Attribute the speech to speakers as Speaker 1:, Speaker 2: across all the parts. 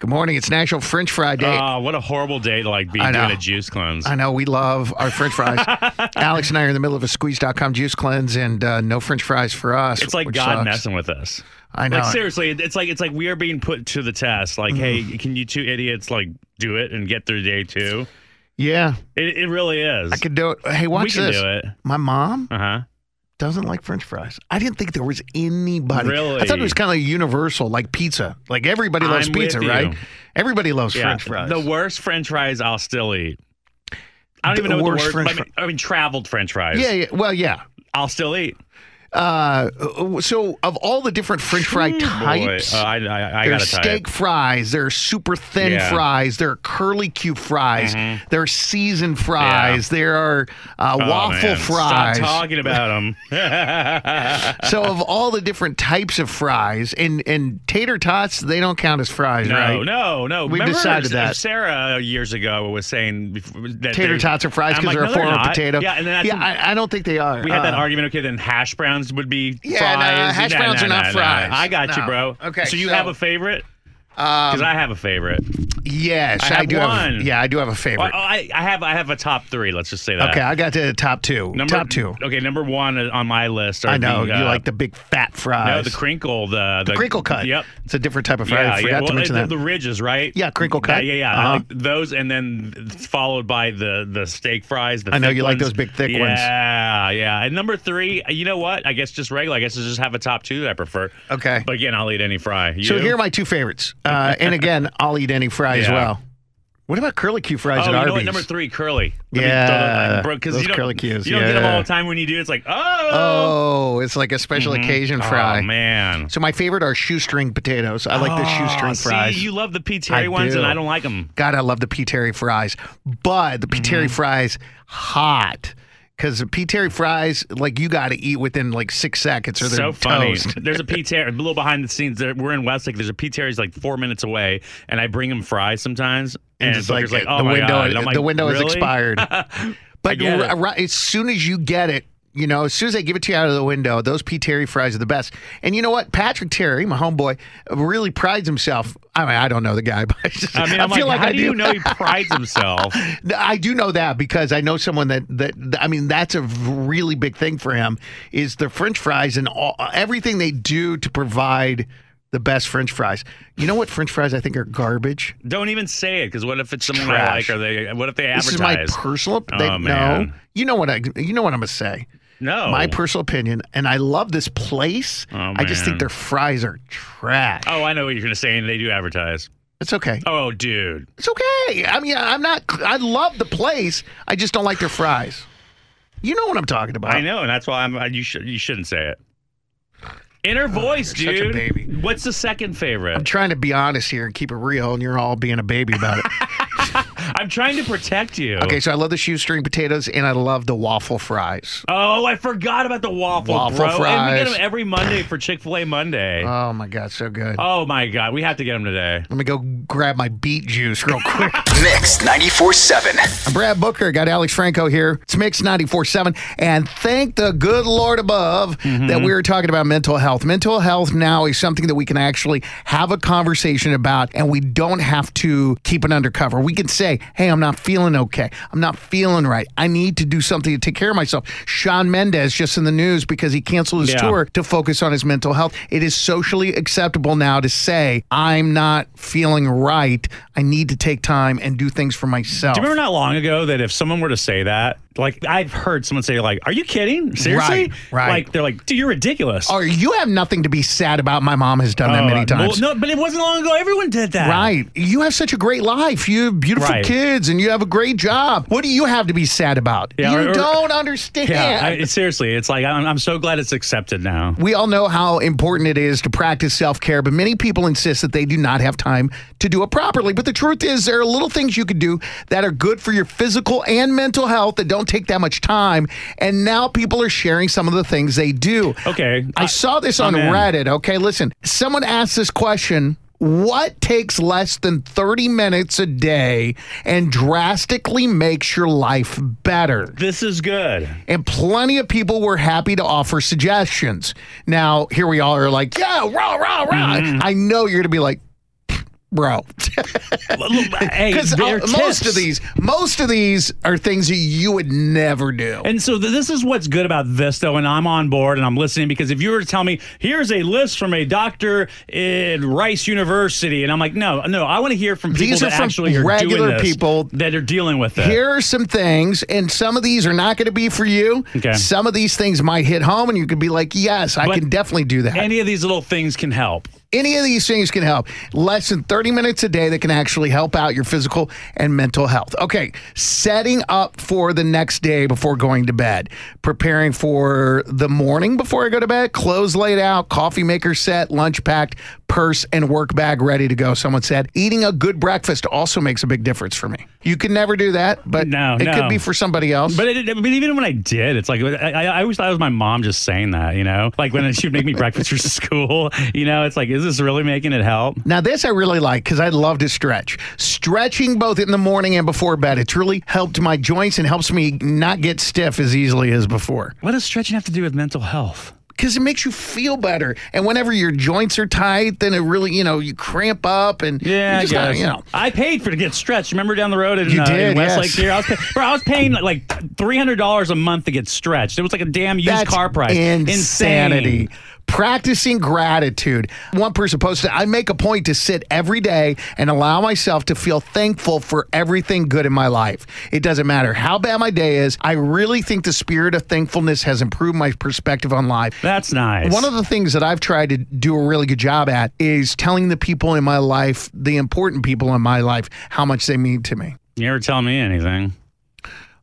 Speaker 1: Good morning. It's National French Fry Day.
Speaker 2: Ah, what a horrible day to like be
Speaker 1: I know.
Speaker 2: doing a juice cleanse.
Speaker 1: I know we love our French fries. Alex and I are in the middle of a squeeze.com juice cleanse and uh, no French fries for us.
Speaker 2: It's like
Speaker 1: which
Speaker 2: God
Speaker 1: sucks.
Speaker 2: messing with us.
Speaker 1: I know.
Speaker 2: Like seriously, it's like it's like we are being put to the test. Like,
Speaker 1: Mm.
Speaker 2: hey, can you two idiots like do it and get through day two?
Speaker 1: Yeah,
Speaker 2: It, it really is.
Speaker 1: I could do it. Hey, watch
Speaker 2: we can
Speaker 1: this.
Speaker 2: do it.
Speaker 1: My mom
Speaker 2: Uh huh.
Speaker 1: doesn't like French fries. I didn't think there was anybody. I thought it
Speaker 2: Really?
Speaker 1: was kind of universal, like pizza. Like everybody loves
Speaker 2: I'm with
Speaker 1: pizza,
Speaker 2: you.
Speaker 1: right? Everybody loves
Speaker 2: Yeah.
Speaker 1: French fries.
Speaker 2: The worst French fries I'll still eat. I don't
Speaker 1: The
Speaker 2: even know what
Speaker 1: worst
Speaker 2: the word.
Speaker 1: french
Speaker 2: I, mean, I mean, traveled French fries.
Speaker 1: yeah, yeah. Well, yeah.
Speaker 2: I'll still eat.
Speaker 1: Uh, so, of all the different French fry types,
Speaker 2: Boy, uh, I, I, I
Speaker 1: there are
Speaker 2: gotta type.
Speaker 1: steak fries, there are super thin
Speaker 2: Yeah. Mm-hmm.
Speaker 1: fries, there are curly cube fries, there are seasoned fries, there are uh,
Speaker 2: Oh,
Speaker 1: waffle
Speaker 2: man.
Speaker 1: fries.
Speaker 2: Stop talking about them.
Speaker 1: So, of all the different types of fries, and and tater tots, they don't count as fries,
Speaker 2: No,
Speaker 1: right?
Speaker 2: no, no.
Speaker 1: We decided that.
Speaker 2: Sarah years ago was saying before- that
Speaker 1: Tater
Speaker 2: they-
Speaker 1: tots are fries
Speaker 2: I'm
Speaker 1: because
Speaker 2: like,
Speaker 1: they're
Speaker 2: no,
Speaker 1: a form of
Speaker 2: not.
Speaker 1: potato.
Speaker 2: Yeah, and then that's
Speaker 1: yeah, I, I don't think they are.
Speaker 2: we had that
Speaker 1: Uh,
Speaker 2: argument. Okay, then hash browns would be
Speaker 1: Yeah, nah,
Speaker 2: fries.
Speaker 1: hash
Speaker 2: Nah,
Speaker 1: browns
Speaker 2: nah,
Speaker 1: are not
Speaker 2: nah, nah.
Speaker 1: fries.
Speaker 2: I got you,
Speaker 1: No.
Speaker 2: bro.
Speaker 1: Okay,
Speaker 2: so you
Speaker 1: so- um,
Speaker 2: have a favorite? Because I have a favorite.
Speaker 1: Yes,
Speaker 2: I have
Speaker 1: do have.
Speaker 2: one.
Speaker 1: Yeah, I do have a
Speaker 2: Oh,
Speaker 1: favorite.
Speaker 2: I, I have I have a top three. Let's just say that.
Speaker 1: okay, I got to the top two.
Speaker 2: oh, Number,
Speaker 1: top two.
Speaker 2: Okay, number one on my list. Are
Speaker 1: I know
Speaker 2: the,
Speaker 1: you
Speaker 2: uh,
Speaker 1: like the big fat
Speaker 2: no
Speaker 1: fries.
Speaker 2: the crinkle the the,
Speaker 1: crinkle cut.
Speaker 2: Yep.
Speaker 1: it's a different type of fry. I forgot
Speaker 2: well,
Speaker 1: to mention
Speaker 2: the,
Speaker 1: that.
Speaker 2: the ridges, right?
Speaker 1: Yeah, crinkle
Speaker 2: Yeah,
Speaker 1: cut.
Speaker 2: yeah, yeah.
Speaker 1: Uh-huh.
Speaker 2: I like those, and then th- followed by the the steak fries. The
Speaker 1: I know
Speaker 2: thick
Speaker 1: you like
Speaker 2: ones.
Speaker 1: those big thick
Speaker 2: yeah,
Speaker 1: ones.
Speaker 2: Yeah, And number three, you know what? I guess just regular. I guess I just have a top two that I prefer.
Speaker 1: Okay.
Speaker 2: But again, I'll eat any fry. You?
Speaker 1: so here are my two favorites. Uh, and again, I'll eat any fry as
Speaker 2: Yeah.
Speaker 1: well. What about curly Q fries
Speaker 2: Oh,
Speaker 1: at
Speaker 2: you
Speaker 1: Arby's?
Speaker 2: know what? Number three, curly.
Speaker 1: Yeah,
Speaker 2: because
Speaker 1: those
Speaker 2: you don't,
Speaker 1: curly Qs,
Speaker 2: You don't get them
Speaker 1: yeah.
Speaker 2: all the time when you do. It's like, oh, Mm-hmm.
Speaker 1: oh, it's like a special occasion fry.
Speaker 2: man. Ah,
Speaker 1: So my favorite are shoestring potatoes. I like the shoestring
Speaker 2: see,
Speaker 1: fries.
Speaker 2: you love the P. Terry
Speaker 1: I
Speaker 2: ones,
Speaker 1: do.
Speaker 2: and I don't like them.
Speaker 1: God, I love the P. Terry fries, but the P.
Speaker 2: Mm-hmm.
Speaker 1: Terry fries hot because the P. Terry fries, like you got to eat within like six seconds or they're
Speaker 2: so funny.
Speaker 1: toast.
Speaker 2: There's a Pete Terry, a little behind the scenes. There, we're in Westlake. There's a Pete Terry's like four minutes away, and I bring him fries sometimes.
Speaker 1: And
Speaker 2: And,
Speaker 1: just like,
Speaker 2: Booker's like, oh
Speaker 1: the
Speaker 2: my
Speaker 1: window,
Speaker 2: God. And I'm like,
Speaker 1: the window
Speaker 2: really?
Speaker 1: is expired. But
Speaker 2: get it.
Speaker 1: r- ri- as soon as you get it, you know, as soon as they give it to you out of the window, those P. Terry fries are the best. And you know what? Patrick Terry, my homeboy, really prides himself. I mean, I don't know the guy, but I, just,
Speaker 2: I mean, I'm
Speaker 1: feel like,
Speaker 2: like, how
Speaker 1: I
Speaker 2: do you know he prides himself?
Speaker 1: No, I do know that because I know someone that that I mean that's a really big thing for him is the French fries and all, everything they do to provide the best French fries. You know what French fries I think are garbage.
Speaker 2: Don't even say it, because what if it's someone I
Speaker 1: Trash.
Speaker 2: like, or they? What if they
Speaker 1: This is my
Speaker 2: advertise?
Speaker 1: personal. op- They, no,
Speaker 2: Oh, man.
Speaker 1: you know what I you know what I'm gonna say.
Speaker 2: no,
Speaker 1: My personal opinion, and I love this place.
Speaker 2: Oh,
Speaker 1: I just think
Speaker 2: man.
Speaker 1: their fries are trash.
Speaker 2: oh, I know what you're gonna say, and they do advertise.
Speaker 1: It's okay.
Speaker 2: Oh, dude,
Speaker 1: It's okay. I mean, I'm not. I love the place. I just don't like their fries. You know what I'm talking about.
Speaker 2: I know, and that's why I'm. I- You should. You shouldn't say it. Inner voice,
Speaker 1: Oh, you're
Speaker 2: dude.
Speaker 1: such a baby.
Speaker 2: What's the second favorite?
Speaker 1: I'm trying to be honest here and keep it real, and you're all being a baby about it.
Speaker 2: I'm trying to protect you.
Speaker 1: okay, so I love the shoestring potatoes, and I love the waffle fries.
Speaker 2: Oh, I forgot about the waffle,
Speaker 1: Waffle
Speaker 2: bro. And we get
Speaker 1: fries.
Speaker 2: them every Monday for Chick Fil A Monday.
Speaker 1: Oh my god, so good.
Speaker 2: oh my God, we have to get them today.
Speaker 1: Let me go grab my beet juice real quick.
Speaker 3: Mix 94.7.
Speaker 1: I'm Brad Booker, got Alex Franco here. It's Mix 94.7. And thank the good Lord above that
Speaker 2: Mm-hmm.
Speaker 1: we were talking about mental health. Mental health now is something that we can actually have a conversation about and we don't have to keep it undercover. We can say, hey, I'm not feeling okay. I'm not feeling right. I need to do something to take care of myself. Sean Mendez just in the news because he canceled his
Speaker 2: Yeah.
Speaker 1: tour to focus on his mental health. It is socially acceptable now to say, I'm not feeling right. I need to take time and do things for myself.
Speaker 2: Do you remember not long ago that if someone were to say that, like I've heard someone say, like, "Are you kidding? Seriously?"
Speaker 1: Right, right.
Speaker 2: Like they're like, "Dude, you're ridiculous."
Speaker 1: Or you have nothing to be sad about. My mom has done that
Speaker 2: Oh,
Speaker 1: many
Speaker 2: uh,
Speaker 1: times.
Speaker 2: well, no, but it wasn't long ago. Everyone did that.
Speaker 1: Right. You have such a great life. You have beautiful
Speaker 2: Right.
Speaker 1: kids and you have a great job. What do you have to be sad about?
Speaker 2: Yeah,
Speaker 1: you
Speaker 2: or- or-
Speaker 1: don't understand.
Speaker 2: Yeah. I- it- seriously, it's like I'm, I'm so glad it's accepted now.
Speaker 1: we all know how important it is to practice self care, but many people insist that they do not have time to do it properly. But the truth is, there are little things you can do that are good for your physical and mental health that don't take that much time. And now people are sharing some of the things they do.
Speaker 2: Okay.
Speaker 1: I saw this on
Speaker 2: I'm in.
Speaker 1: Reddit. Okay, listen. Someone asked this question What takes less than 30 minutes a day and drastically makes your life better?
Speaker 2: This is good.
Speaker 1: And plenty of people were happy to offer
Speaker 2: Mm-hmm.
Speaker 1: suggestions. Now, here we all are like, Yeah, rah, rah, rah. I know you're going to be like, bro.
Speaker 2: hey,
Speaker 1: Because
Speaker 2: they're
Speaker 1: uh, most
Speaker 2: tips.
Speaker 1: of these, most of these are things that you would never do.
Speaker 2: And so th- this is what's good about this, though, and I'm on board and I'm listening because if you were to tell me, here's a list from a doctor at Rice University, and I'm like, no, no, I want to hear from people
Speaker 1: These are
Speaker 2: that
Speaker 1: from
Speaker 2: actually are
Speaker 1: regular
Speaker 2: doing this,
Speaker 1: people.
Speaker 2: that are dealing with it.
Speaker 1: Here are some things, and some of these are not going to be for you.
Speaker 2: Okay.
Speaker 1: Some of these things might hit home, and you could be like, yes, I
Speaker 2: But
Speaker 1: can definitely do that.
Speaker 2: Any of these little things can help.
Speaker 1: Any of these things can help. Less than 30 minutes a day that can actually help out your physical and mental health. Okay, setting up for the next day before going to bed, preparing for the morning before I go to bed, clothes laid out, coffee maker set, lunch packed, purse and work bag ready to go. Someone said eating a good breakfast also makes a big difference for me. You can never do that, but
Speaker 2: No,
Speaker 1: it could
Speaker 2: no.
Speaker 1: be for somebody else.
Speaker 2: But, it, but even when I did, it's like I, I I always thought it was my mom just saying that, you know, like when she'd make me breakfast for school, you know, it's like, is this really making it help?
Speaker 1: Now, this I really like because I love to stretch. Stretching both in the morning and before bed, it's really helped my joints and helps me not get stiff as easily as before
Speaker 2: What does stretching have to do with mental health?
Speaker 1: because it makes you feel better. And whenever your joints are tight, then it really, you know, you cramp up and
Speaker 2: Yeah,
Speaker 1: you
Speaker 2: I
Speaker 1: just gotta,
Speaker 2: guess.
Speaker 1: you know.
Speaker 2: I paid for to get stretched. Remember down the road in,
Speaker 1: You
Speaker 2: uh,
Speaker 1: did,
Speaker 2: in
Speaker 1: yes.
Speaker 2: Westlake here, I was pay- bro, I was paying like three hundred dollars a month to get stretched. It was like a damn used
Speaker 1: That's
Speaker 2: car price.
Speaker 1: Insanity.
Speaker 2: Insane.
Speaker 1: Practicing gratitude. One person posted, I make a point to sit every day and allow myself to feel thankful for everything good in my life. It doesn't matter how bad my day is. I really think the spirit of thankfulness has improved my perspective on life.
Speaker 2: That's nice.
Speaker 1: One of the things that I've tried to do a really good job at is telling the people in my life, the important people in my life, how much they mean to me.
Speaker 2: you never tell me anything.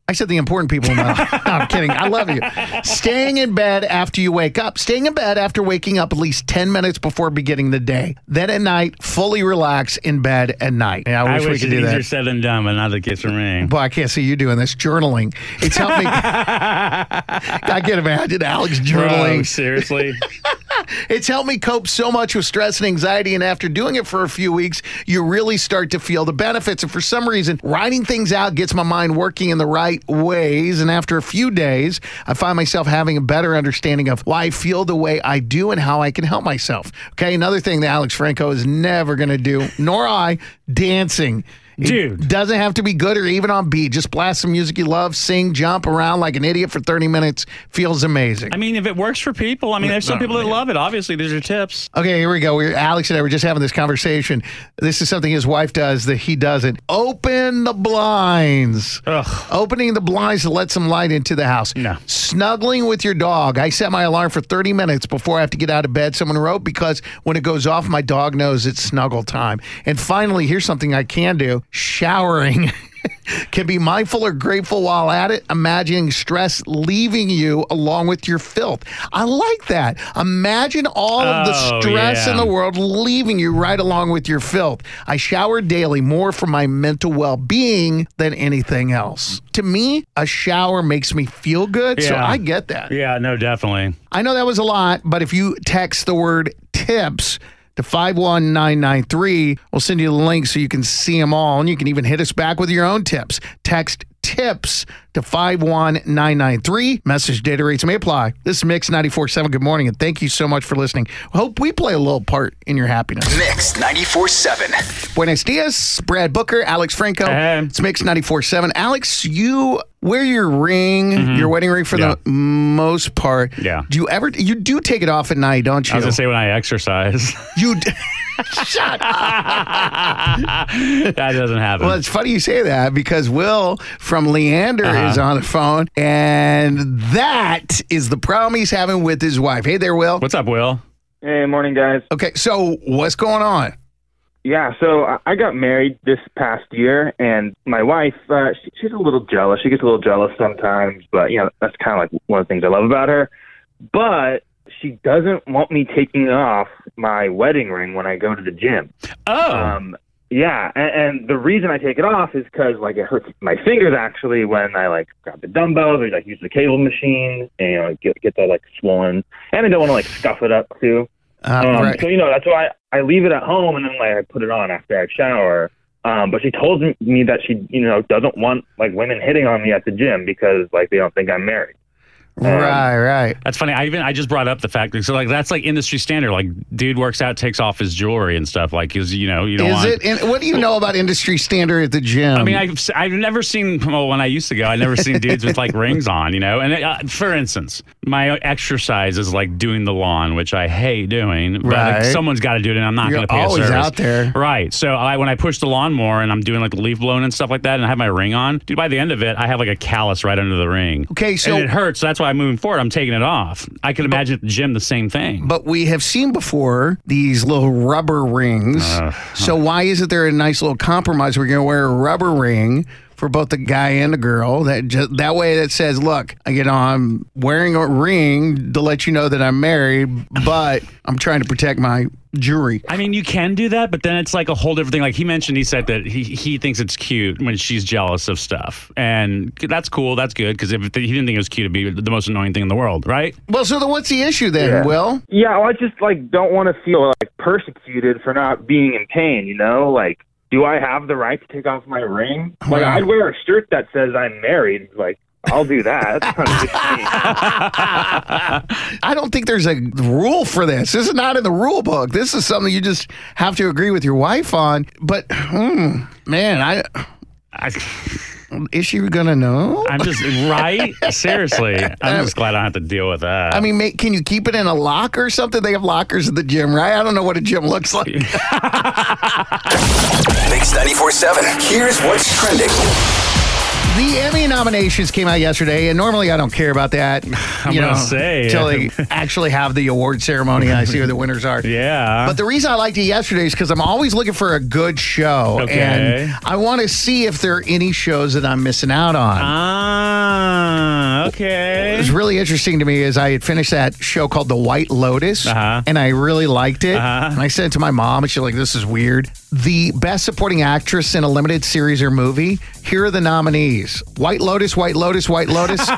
Speaker 1: I said the important people in my life. No, I'm kidding. I love you. Staying in bed after you wake up. Staying in bed after waking up at least 10 minutes before beginning the day. Then at night, fully relax in bed at night. Yeah, I
Speaker 2: I
Speaker 1: wish,
Speaker 2: wish,
Speaker 1: we could
Speaker 2: it
Speaker 1: do
Speaker 2: easier
Speaker 1: that.
Speaker 2: said than done, but not the case for me.
Speaker 1: Boy, I can't see you doing this. Journaling. It's helped me. I can imagine Alex
Speaker 2: Bro,
Speaker 1: journaling.
Speaker 2: seriously.
Speaker 1: It's helped me cope so much with stress and anxiety. And after doing it for a few weeks, you really start to feel the benefits. And for some reason, writing things out gets my mind working in the right ways. And after a few days, I find myself having a better understanding of why I feel the way I do and how I can help myself. Okay. Another thing that Alex Franco is never going to do, nor I, dancing. It
Speaker 2: Dude.
Speaker 1: doesn't have to be good or even on beat. Just blast some music you love, sing, jump around like an idiot for 30 minutes. Feels amazing.
Speaker 2: I mean, if it works for people, I mean, there's some people that love it. Obviously, these are tips.
Speaker 1: Okay, here we go. We're, Alex and I were just having this conversation. This is something his wife does that he doesn't. Open the blinds.
Speaker 2: Ugh.
Speaker 1: Opening the blinds to let some light into the house.
Speaker 2: No.
Speaker 1: Snuggling with your dog. I set my alarm for 30 minutes before I have to get out of bed, someone wrote, because when it goes off, my dog knows it's snuggle time. And finally, here's something I can do showering. Can be mindful or grateful while at it, imagining stress leaving you along with your filth. I like that. Imagine all of the
Speaker 2: Oh,
Speaker 1: stress
Speaker 2: yeah.
Speaker 1: in the world leaving you right along with your filth. I shower daily more for my mental well being than anything else. To me, a shower makes me feel good, so
Speaker 2: Yeah.
Speaker 1: I get that.
Speaker 2: Yeah, no, definitely.
Speaker 1: I know that was a lot, but if you text the word tips to 51993, we'll send you the link so you can see them all. And you can even hit us back with your own tips. Text tips to 51993. Message data rates may apply. This is Mix 94.7. Good morning, and thank you so much for listening. Hope we play a little part in your happiness.
Speaker 3: Mix 94.7.
Speaker 1: Buenos dias, Brad Booker, Alex Franco.
Speaker 2: Hey.
Speaker 1: It's Mix 94.7. Alex, you wear your ring, your wedding ring for the most part.
Speaker 2: Mm-hmm. Yeah.
Speaker 1: Do you ever, you do take it off at night, don't you?
Speaker 2: I was gonna say when I exercise,
Speaker 1: you d- shut up.
Speaker 2: that doesn't happen.
Speaker 1: Well, it's funny you say that because Will from Leander
Speaker 2: Uh-huh.
Speaker 1: is on the phone, and that is the problem he's having with his wife. Hey there, Will.
Speaker 2: What's up, Will?
Speaker 4: Hey, morning, guys.
Speaker 1: Okay, so what's going on?
Speaker 4: Yeah, so I- I got married this past year, and my wife, uh, she, she's a little jealous. She gets a little jealous sometimes, but you know that's kind of like one of the things I love about her. But she doesn't want me taking off my wedding ring when I go to the gym.
Speaker 2: Oh,
Speaker 1: Uh,
Speaker 4: Um, yeah, and, and the reason I take it off is because like it hurts my fingers actually when I like grab the dumbbells or like use the cable machine and you know, it get, gets all like swollen, and I don't want to like scuff it up too.
Speaker 1: Uh,
Speaker 4: Um,
Speaker 1: right.
Speaker 4: So you know that's why I, I leave it at home and then like I put it on after I shower. Um, but she told m- me that she you know doesn't want like women hitting on me at the gym because like they don't think I'm married.
Speaker 2: um,
Speaker 1: Right, right.
Speaker 2: That's funny. I even I just brought up the fact that so like that's like industry standard. Like dude works out, takes off his jewelry and stuff. Like is you know you don't
Speaker 1: Is
Speaker 2: want.
Speaker 1: it? And what do you know about industry standard at the gym?
Speaker 2: I mean, I've s- I've never seen well when I used to go, I never seen dudes with like rings on, you know. And uh, for instance, my exercise is like doing the lawn, which I hate doing. But like,
Speaker 1: Right.
Speaker 2: someone's got to do it, and I'm not
Speaker 1: You're
Speaker 2: going to pay
Speaker 1: always
Speaker 2: a service.
Speaker 1: out there.
Speaker 2: right? So I when I push the lawnmower and I'm doing like the leaf blowing and stuff like that, and I have my ring on, dude. By the end of it, I have like a callus right under the ring.
Speaker 1: Okay, so-
Speaker 2: and it hurts. So that's why I'm moving forward. I'm taking it off. I can imagine at the gym the same thing.
Speaker 1: but we have seen before these little rubber rings. so why isn't there a nice little compromise? We're going to wear a rubber ring for both the guy and the girl. That just, that way that says, look, you know, I'm wearing a ring to let you know that I'm married, but I'm trying to protect my jewelry.
Speaker 2: I mean, you can do that, but then it's like a whole different thing. Like he mentioned, he said that he, he thinks it's cute when she's jealous of stuff, and that's cool. That's good because if he didn't think it was cute, it'd be the most annoying thing in the world, right?
Speaker 1: Well, so then what's the issue then,
Speaker 4: Yeah.
Speaker 1: Will?
Speaker 4: Yeah, well, I just like don't want to feel like persecuted for not being in pain. You know, like do I have the right to take off my ring? Like
Speaker 1: Right.
Speaker 4: I'd wear a shirt that says I'm married. Like I'll do that. That's not a big deal.
Speaker 1: I don't think there's a rule for this. This is not in the rule book. This is something you just have to agree with your wife on. But, hmm, man, I.
Speaker 2: I,
Speaker 1: Is she gonna know?
Speaker 2: I'm just right. Seriously, I'm just glad I don't have to deal with that.
Speaker 1: I mean, ma- can you keep it in a locker or something? They have lockers at the gym, right? I don't know what a gym looks like.
Speaker 3: Mix 94.7. Here's what's trending.
Speaker 1: The Emmy nominations came out yesterday, and normally I don't care about that. I'm
Speaker 2: gonna say.
Speaker 1: until they actually have the award ceremony and I see who the winners are.
Speaker 2: yeah.
Speaker 1: But the reason I liked it yesterday is because I'm always looking for a good show,
Speaker 2: Okay.
Speaker 1: and I want to see if there are any shows that I'm missing out on.
Speaker 2: ah, okay.
Speaker 1: It was really interesting to me is I had finished that show called The White Lotus,
Speaker 2: Uh-huh.
Speaker 1: and I really liked it. And I sent it to my mom, and she's like, "This is weird." The best supporting actress in a limited series or movie. Here are the nominees: White Lotus, White Lotus, White Lotus,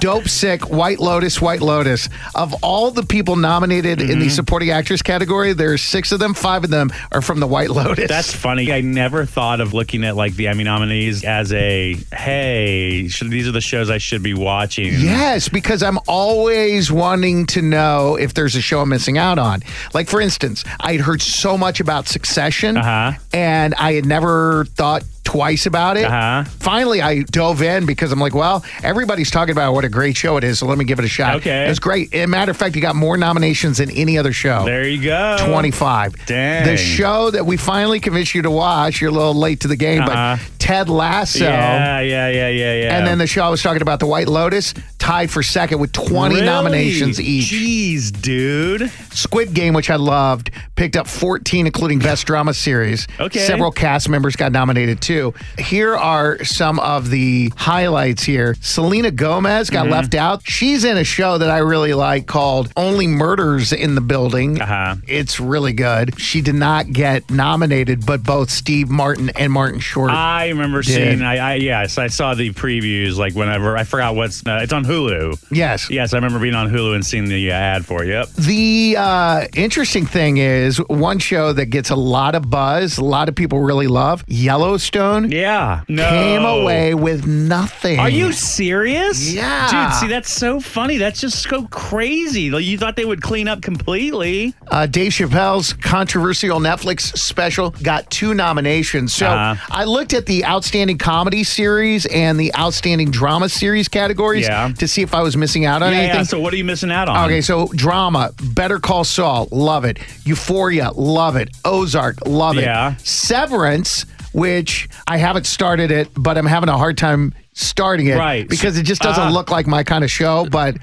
Speaker 1: Dope Sick, White Lotus, White Lotus. Of all the people nominated in
Speaker 2: Mm-hmm.
Speaker 1: the supporting actress category, there's six of them. Five of them are from The White Lotus.
Speaker 2: That's funny. I never thought of looking at like the Emmy nominees as a hey, should, these are the shows I should be watching.
Speaker 1: Yes, because I'm always wanting to know if there's a show I'm missing out on. Like, for instance, I had heard so much about Succession,
Speaker 2: Uh-huh.
Speaker 1: and I had never thought twice about it.
Speaker 2: Uh-huh.
Speaker 1: Finally, I dove in because I'm like, well, everybody's talking about what a great show it is, so let me give it a shot.
Speaker 2: Okay.
Speaker 1: It's great. As a matter of fact, you got more nominations than any other show.
Speaker 2: There you go.
Speaker 1: 25.
Speaker 2: Dang.
Speaker 1: The show that we finally convinced you to watch, you're a little late to the game,
Speaker 2: Uh-huh.
Speaker 1: but Ted Lasso.
Speaker 2: Yeah, yeah, yeah, yeah, yeah.
Speaker 1: And then the show I was talking about, The White Lotus, tied for second with 20
Speaker 2: Really?
Speaker 1: nominations each.
Speaker 2: Jeez, dude.
Speaker 1: Squid Game, which I loved, picked up 14, including Best Drama Series.
Speaker 2: Okay.
Speaker 1: Several cast members got nominated too. Here are some of the highlights here. Selena Gomez
Speaker 2: Mm-hmm.
Speaker 1: got left out. She's in a show that I really like called Only Murders in the Building.
Speaker 2: Uh-huh.
Speaker 1: It's really good. She did not get nominated, but both Steve Martin and Martin Short.
Speaker 2: I remember seeing. I, I yes, I saw the previews. Like whenever I forgot what's. Uh, it's on Hulu.
Speaker 1: yes.
Speaker 2: Yes, I remember being on Hulu and seeing the uh, ad for. it. Yep.
Speaker 1: The uh, interesting thing is one show that gets a lot of buzz, a lot of people really love Yellowstone
Speaker 2: Yeah. No.
Speaker 1: came away with nothing.
Speaker 2: Are you serious?
Speaker 1: Yeah.
Speaker 2: Dude, see, that's so funny. That's just so crazy. Like, you thought they would clean up completely.
Speaker 1: Uh, Dave Chappelle's controversial Netflix special got two nominations. So
Speaker 2: Uh-huh.
Speaker 1: I looked at the outstanding comedy series and the outstanding drama series categories
Speaker 2: Yeah.
Speaker 1: to see if I was missing out on
Speaker 2: Yeah,
Speaker 1: anything.
Speaker 2: yeah. So, what are you missing out on?
Speaker 1: Okay, so drama, Better Call Saul, love it. Euphoria, love it. Ozark, love it.
Speaker 2: Yeah.
Speaker 1: Severance, which I haven't started it, but I'm having a hard time starting it.
Speaker 2: Right.
Speaker 1: Because it just doesn't
Speaker 2: Ah.
Speaker 1: look like my kind of show, but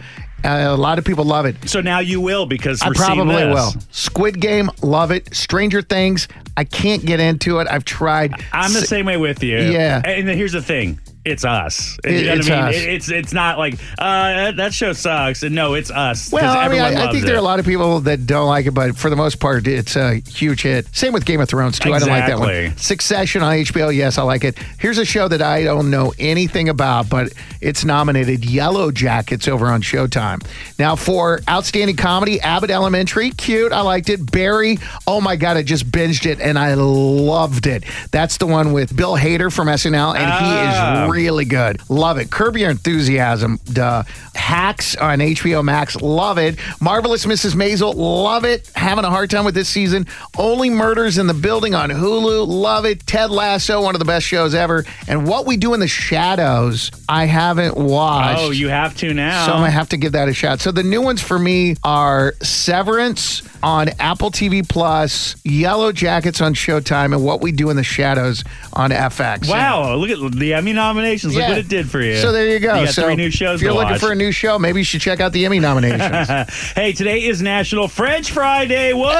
Speaker 1: uh, a lot of people love it.
Speaker 2: So now you will because
Speaker 1: I
Speaker 2: we're seeing
Speaker 1: probably
Speaker 2: this.
Speaker 1: will. Squid Game, love it. Stranger Things, I can't get into it. I've tried.
Speaker 2: I'm the same way with you.
Speaker 1: Yeah.
Speaker 2: And then here's the thing. It's us.
Speaker 1: It- it's us.
Speaker 2: It- it's it's not like uh, that show sucks. And no, it's us. 'cause
Speaker 1: Well, I mean,
Speaker 2: everyone
Speaker 1: I, I
Speaker 2: loves
Speaker 1: think there are a
Speaker 2: it.
Speaker 1: lot of people that don't like it, but for the most part, it's a huge hit. Same with Game of Thrones, too. I don't like that one.
Speaker 2: Exactly.
Speaker 1: Succession on HBO, yes, I like it. Here's a show that I don't know anything about, but it's nominated Yellow Jackets over on Showtime. Now, for Outstanding Comedy, Abbott Elementary, cute, I liked it. Barry, oh my God, I just binged it and I loved it. That's the one with Bill Hader from SNL, and
Speaker 2: Ah,
Speaker 1: he is Really good. Love it. Curb Your Enthusiasm. Duh. Hacks on HBO Max. Love it. Marvelous Mrs. Maisel. Love it. Having a hard time with this season. Only Murders in the Building on Hulu. Love it. Ted Lasso. One of the best shows ever. And What We Do in the Shadows. I haven't watched.
Speaker 2: Oh, you have to now.
Speaker 1: So I'm gonna have to give that a shot. So the new ones for me are Severance on Apple TV Plus, Yellow Jackets on Showtime, and What We Do in the Shadows on FX.
Speaker 2: Wow, look at the Emmy nominations.
Speaker 1: Yeah.
Speaker 2: Look what it did for you.
Speaker 1: So there you go.
Speaker 2: You got
Speaker 1: so
Speaker 2: three new shows
Speaker 1: If you're
Speaker 2: to
Speaker 1: looking
Speaker 2: watch.
Speaker 1: for a new show, maybe you should check out the Emmy nominations.
Speaker 2: hey, today is National French Friday. What?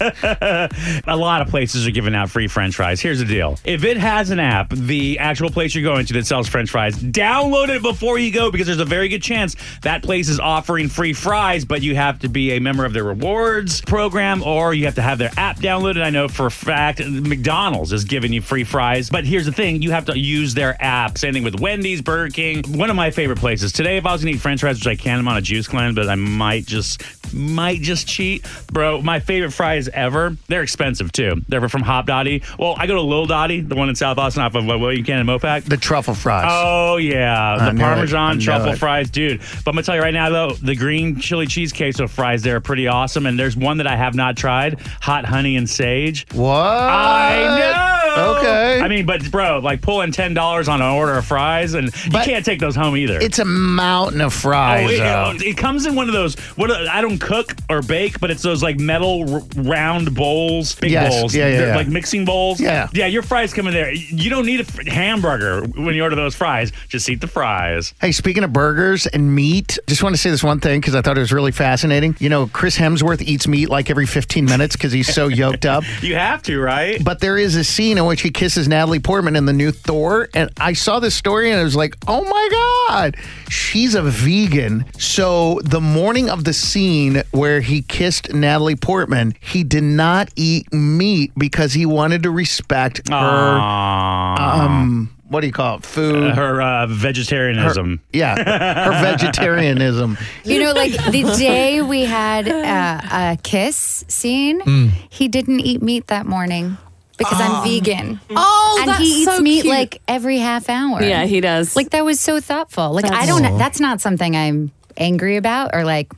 Speaker 2: a lot of places are giving out free french fries. Here's the deal. If it has an app, the actual place you're going to that sells french fries, download it before you go because there's a very good chance that place is offering free fries, but you have to be a member of their rewards program or you have to have their app downloaded. I know for a fact McDonald's is giving you free fries, but here's the thing, you have to use their app. Same thing with Wendy's, Burger King, one of my favorite places. Today if I was going to eat french fries, which I can, I'm on a juice cleanse, but I might just might just cheat. Bro, my favorite fries ever. They're expensive too. They're from Hop Dottie. Well, I go to Lil Dottie, the one in South Austin off of uh, William Cannon Mopac.
Speaker 1: the truffle fries.
Speaker 2: Oh yeah,
Speaker 1: I
Speaker 2: the
Speaker 1: knew it. I
Speaker 2: Parmesan
Speaker 1: knew
Speaker 2: truffle
Speaker 1: it.
Speaker 2: fries, dude. But I'm gonna tell you right now though, the green chili cheese queso fries there are pretty awesome. And there's one that I have not tried, hot honey and sage.
Speaker 1: What?
Speaker 2: I know.
Speaker 1: Okay.
Speaker 2: I mean, but bro, like pulling ten dollars on an order of fries, and
Speaker 1: But
Speaker 2: you can't take those home either.
Speaker 1: it's a mountain of
Speaker 2: Oh,
Speaker 1: fries.
Speaker 2: it,
Speaker 1: though.
Speaker 2: it- it comes in one of those. What are- I don't cook or bake, but it's those like metal r- round bowls, big
Speaker 1: Yes.
Speaker 2: bowls,
Speaker 1: Yeah, yeah,
Speaker 2: They're
Speaker 1: yeah.
Speaker 2: like mixing bowls.
Speaker 1: Yeah.
Speaker 2: yeah. Your fries come in there. You don't need a f- hamburger when you order those fries. Just eat the fries.
Speaker 1: Hey, speaking of burgers and meat, just want to say this one thing because I thought it was really fascinating. You know, Chris Hemsworth eats meat like every 15 minutes because he's so yoked up.
Speaker 2: You have to, right?
Speaker 1: But there is a scene in which he kisses Natalie Portman in the new Thor. And I saw this story and I was like, oh my God, she's a vegan. So the morning of the scene where he kissed Natalie Portman, he did not eat meat because he wanted to respect her,
Speaker 2: Aw.
Speaker 1: um, what do you call it, food?
Speaker 2: her uh, vegetarianism.
Speaker 1: yeah, her- her vegetarianism.
Speaker 5: You know, like the day we had uh, a kiss scene,
Speaker 6: Mm.
Speaker 5: he didn't eat meat that morning because I'm vegan.
Speaker 7: Ah. Oh,
Speaker 5: and
Speaker 7: that's
Speaker 5: he eats
Speaker 7: so
Speaker 5: meat
Speaker 7: cute.
Speaker 5: like every half hour.
Speaker 7: Yeah, he does.
Speaker 5: Like that was so thoughtful. Like I don't. That's not something I'm angry about or like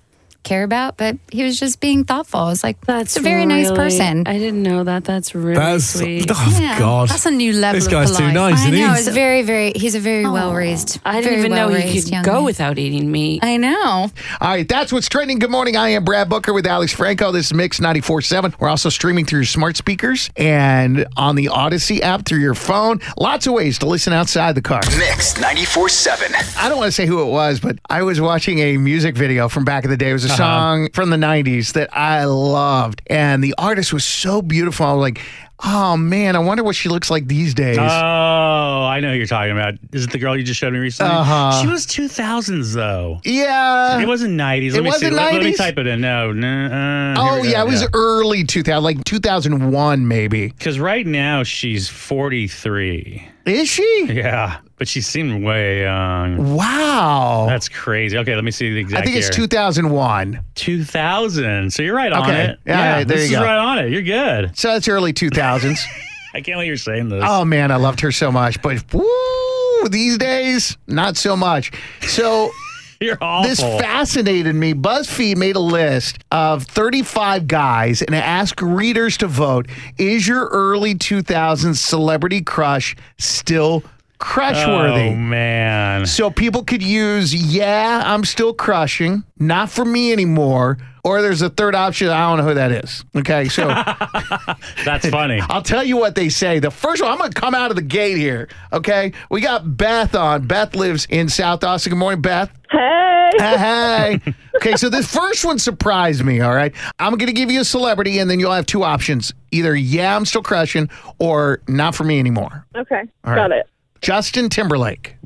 Speaker 5: care about. But he was just being thoughtful. I was like, that's a very nice
Speaker 7: really-
Speaker 5: person.
Speaker 7: I didn't know that. That's really
Speaker 6: That's
Speaker 7: sweet.
Speaker 6: oh
Speaker 5: Yeah.
Speaker 6: god.
Speaker 7: That's a new level
Speaker 6: This
Speaker 7: of
Speaker 6: guy's too
Speaker 7: polite.
Speaker 6: nice,
Speaker 5: I
Speaker 6: isn't
Speaker 5: know.
Speaker 6: he?
Speaker 5: He's very, very. He's a very well raised.
Speaker 7: I didn't even know you could go without eating meat.
Speaker 5: I know.
Speaker 1: All right, that's what's trending. Good morning. I am Brad Booker with Alex Franco. This is Mix 94.7. We're also streaming through your smart speakers and on the Odyssey app through your phone. Lots of ways to listen outside the car.
Speaker 3: Mix 94.7.
Speaker 1: I don't want to say who it was, but I was watching a music video from back in the day. It was a song from the 90s that I loved. And the artist was so beautiful. I was like, oh man, I wonder what she looks like these days.
Speaker 2: Oh, I know who you're talking about. Is it the girl you just showed me recently?
Speaker 1: Uh-huh.
Speaker 2: She was 2000s though.
Speaker 1: yeah.
Speaker 2: It wasn't 90s.
Speaker 1: it
Speaker 2: Let me see.
Speaker 1: wasn't
Speaker 2: Let, let me
Speaker 1: 90s?
Speaker 2: type it in. No, no. Uh,
Speaker 1: Oh, yeah, it was early 2000, like 2001, maybe.
Speaker 2: Because right now she's 43.
Speaker 1: Is she?
Speaker 2: Yeah, but she seemed way young.
Speaker 1: Wow.
Speaker 2: That's crazy. Okay, let me see the exact.
Speaker 1: I think it's
Speaker 2: year.
Speaker 1: 2001.
Speaker 2: 2000. So you're right on
Speaker 1: Okay.
Speaker 2: it.
Speaker 1: Yeah, all right, there
Speaker 2: this
Speaker 1: you
Speaker 2: is
Speaker 1: go.
Speaker 2: right on it. You're good.
Speaker 1: So that's early 2000s.
Speaker 2: I can't believe you're saying this.
Speaker 1: oh man, I loved her so much, but woo, these days not so much. So
Speaker 2: you're awful.
Speaker 1: this fascinated me. BuzzFeed made a list of 35 guys and asked readers to vote: Is your early 2000s celebrity crush still crushworthy?
Speaker 2: oh man.
Speaker 1: So people could use, yeah, I'm still crushing, not for me anymore. Or there's a third option. I don't know who that is. Okay, so
Speaker 2: That's funny.
Speaker 1: I'll tell you what they say. The first one, I'm going to come out of the gate here. Okay. We got Beth on. Beth lives in South Austin. Good morning, Beth.
Speaker 8: Hey.
Speaker 1: Hey. hey. okay. So this first one surprised me. All right. I'm going to give you a celebrity, and then you'll have two options either, yeah, I'm still crushing, or not for me anymore.
Speaker 8: Okay.
Speaker 1: All
Speaker 8: Got
Speaker 1: right.
Speaker 8: it.
Speaker 1: Justin Timberlake.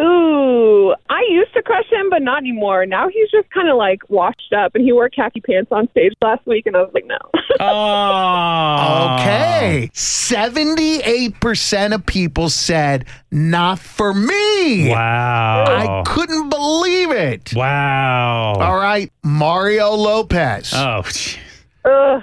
Speaker 8: Ooh, I used to crush him, but not anymore. Now he's just kind of like washed up, and he wore khaki pants on stage last week, and I was like, no.
Speaker 2: Oh.
Speaker 1: Okay. 78% of people said, not for me. I
Speaker 2: Wow.
Speaker 1: couldn't believe it.
Speaker 2: wow. Ah.
Speaker 1: All right, Mario Lopez.
Speaker 2: Oh. geez.
Speaker 8: Ugh,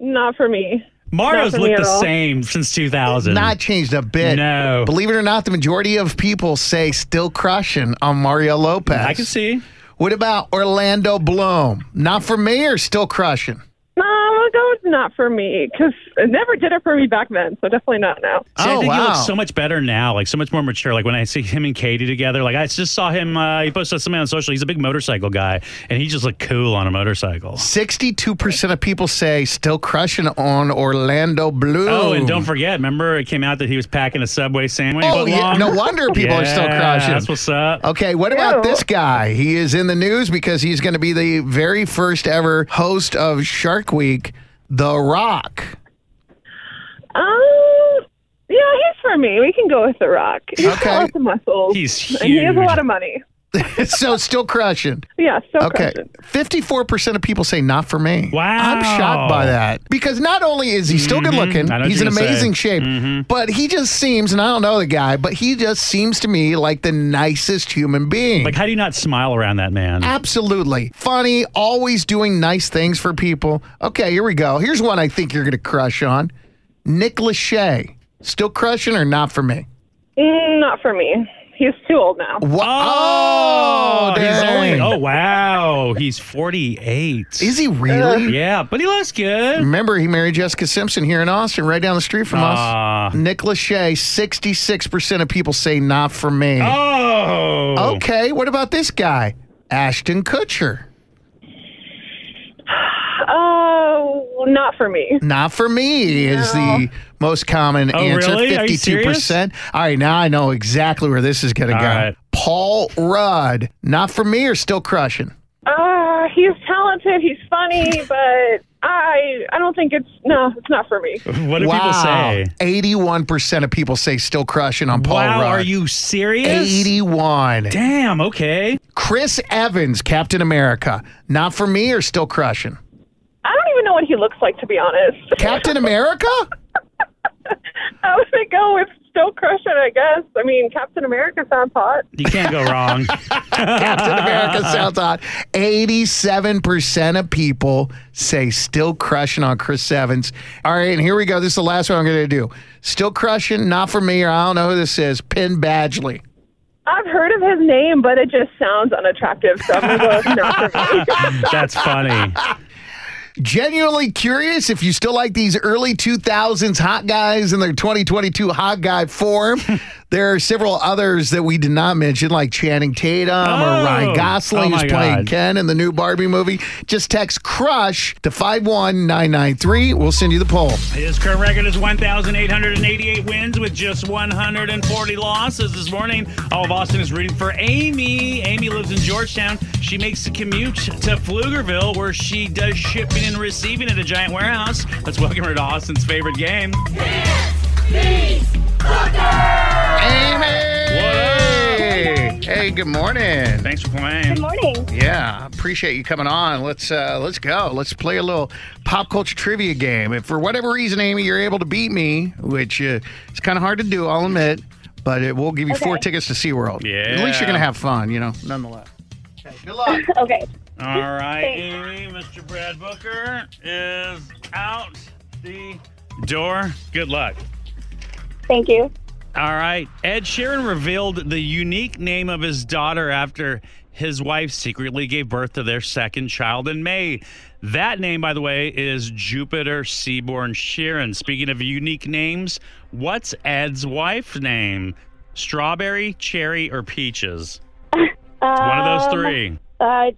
Speaker 8: not for me.
Speaker 2: Mario's
Speaker 8: Not for me
Speaker 2: looked
Speaker 8: at
Speaker 2: the
Speaker 8: all.
Speaker 2: same since 2000.
Speaker 1: Not changed a bit.
Speaker 2: No.
Speaker 1: Believe it or not, the majority of people say still crushing on Mario Lopez.
Speaker 2: I can see.
Speaker 1: What about Orlando Bloom? Not for me or still crushing?
Speaker 8: No, I'm gonna go with not for me because it never did it for me back then. So definitely not now.
Speaker 2: See, I
Speaker 1: Oh,
Speaker 2: think he
Speaker 1: wow.
Speaker 2: looks so much better now, like so much more mature. Like when I see him and Katie together, like I just saw him. Uh, he posted something on social. He's a big motorcycle guy, and he just looked cool on a motorcycle.
Speaker 1: 62% of people say still crushing on Orlando Bloom.
Speaker 2: Oh, and don't forget, remember it came out that he was packing a Subway sandwich.
Speaker 1: Oh,
Speaker 2: foot
Speaker 1: yeah.
Speaker 2: long?
Speaker 1: No wonder people are still
Speaker 2: Yeah,
Speaker 1: crushing.
Speaker 2: That's what's up.
Speaker 1: Okay, what about
Speaker 8: Ew.
Speaker 1: this guy? He is in the news because he's going to be the very first ever host of Shark Week, The Rock.
Speaker 8: Um, yeah, he's for me. We can go with The Rock. He's
Speaker 1: Okay.
Speaker 8: got lots of muscles.
Speaker 2: He's
Speaker 8: And he has a
Speaker 2: huge.
Speaker 8: lot of money.
Speaker 1: so still crushing.
Speaker 8: Yeah, so
Speaker 1: Okay.
Speaker 8: crushing.
Speaker 1: 54% of people say not for me.
Speaker 2: Wow.
Speaker 1: I'm shocked by that. Because not only is he still good looking,
Speaker 2: Mm-hmm. I know what
Speaker 1: he's in
Speaker 2: you're gonna
Speaker 1: amazing
Speaker 2: say. Mm-hmm.
Speaker 1: shape, but he just seems, and I don't know the guy, but he just seems to me like the nicest human being.
Speaker 2: Like, how do you not smile around that man?
Speaker 1: Absolutely. Funny, always doing nice things for people. Okay, here we go. Here's one I think you're going to crush on Nick Lachey. Still crushing or not for me?
Speaker 8: Mm, not for me. He's too old now.
Speaker 1: Wha-
Speaker 2: Oh, he's
Speaker 1: dang.
Speaker 2: only. Oh, wow. He's 48.
Speaker 1: Is he really?
Speaker 2: yeah, but he looks good.
Speaker 1: Remember, he married Jessica Simpson here in Austin, right down the street from us.
Speaker 2: Ah.
Speaker 1: Nick Lachey, 66% of people say not for me.
Speaker 2: oh.
Speaker 1: Okay, what about this guy? Ashton Kutcher.
Speaker 8: Oh, not for me.
Speaker 1: Not for me is the most common answer.
Speaker 2: Oh, really? Are you serious?
Speaker 1: percent. All right, now I know exactly where this is going to go.
Speaker 2: right.
Speaker 1: Paul Rudd. Not for me or still crushing.
Speaker 8: Uh, he's talented. He's funny, but I I don't think it's no, it's not for me.
Speaker 2: What do people
Speaker 1: wow.
Speaker 2: say?
Speaker 1: 81% of people say still crushing on Paul
Speaker 2: Wow,
Speaker 1: Rudd.
Speaker 2: are you serious?
Speaker 1: 81.
Speaker 2: Damn, okay.
Speaker 1: Chris Evans, Captain America. Not for me or still crushing.
Speaker 8: I don't even know what he looks like to be honest.
Speaker 1: Captain America?
Speaker 8: I was gonna go with still crushing. I guess. I mean, Captain America sounds hot.
Speaker 2: You can't go wrong.
Speaker 1: Captain America sounds hot. 87% of people say still crushing on Chris Evans. All right, and here we go. This is the last one I'm going to do. Still crushing, not for me, or I don't know who this is. Penn Badgley.
Speaker 8: I've heard of his name, but it just sounds unattractive. So I'm gonna go with not for me.
Speaker 2: That's funny.
Speaker 1: Genuinely curious if you still like these early 2000s hot guys in their 2022 hot guy form. there are several others that we did not mention, like Channing Tatum or
Speaker 2: Oh.
Speaker 1: Ryan Gosling,
Speaker 2: Oh
Speaker 1: who's
Speaker 2: my
Speaker 1: playing
Speaker 2: God.
Speaker 1: Ken in the new Barbie movie. Just text CRUSH to 51993. We'll send you the poll.
Speaker 2: His current record is 1,888 wins with just 140 losses. This morning, all of Austin is rooting for Amy. Amy lives in Georgetown. She makes the commute to Pflugerville, where she does shipping and receiving at a giant warehouse. Let's welcome her to Austin's favorite game.
Speaker 1: Amy! Hey, good morning.
Speaker 2: Thanks for playing.
Speaker 8: morning.
Speaker 1: Yeah, appreciate you coming on. Let's uh, let's go. Let's play a little pop culture trivia game. If for whatever reason, Amy, you're able to beat me, which uh, it's kind of hard to do, I'll admit, but it will give you four tickets to SeaWorld.
Speaker 2: Yeah.
Speaker 1: At least you're gonna have fun, you know, nonetheless. Okay, good luck.
Speaker 8: Okay.
Speaker 2: All right, Amy, Mr. Brad Booker is out the door. Good luck.
Speaker 8: Thank you.
Speaker 2: All right. Ed Sheeran revealed the unique name of his daughter after his wife secretly gave birth to their second child in May. That name, by the way, is Jupiter Seaborn Sheeran. Speaking of unique names, what's Ed's wife's name? Strawberry, cherry, or peaches? It's one of
Speaker 9: Um,
Speaker 2: those three.
Speaker 8: Uh,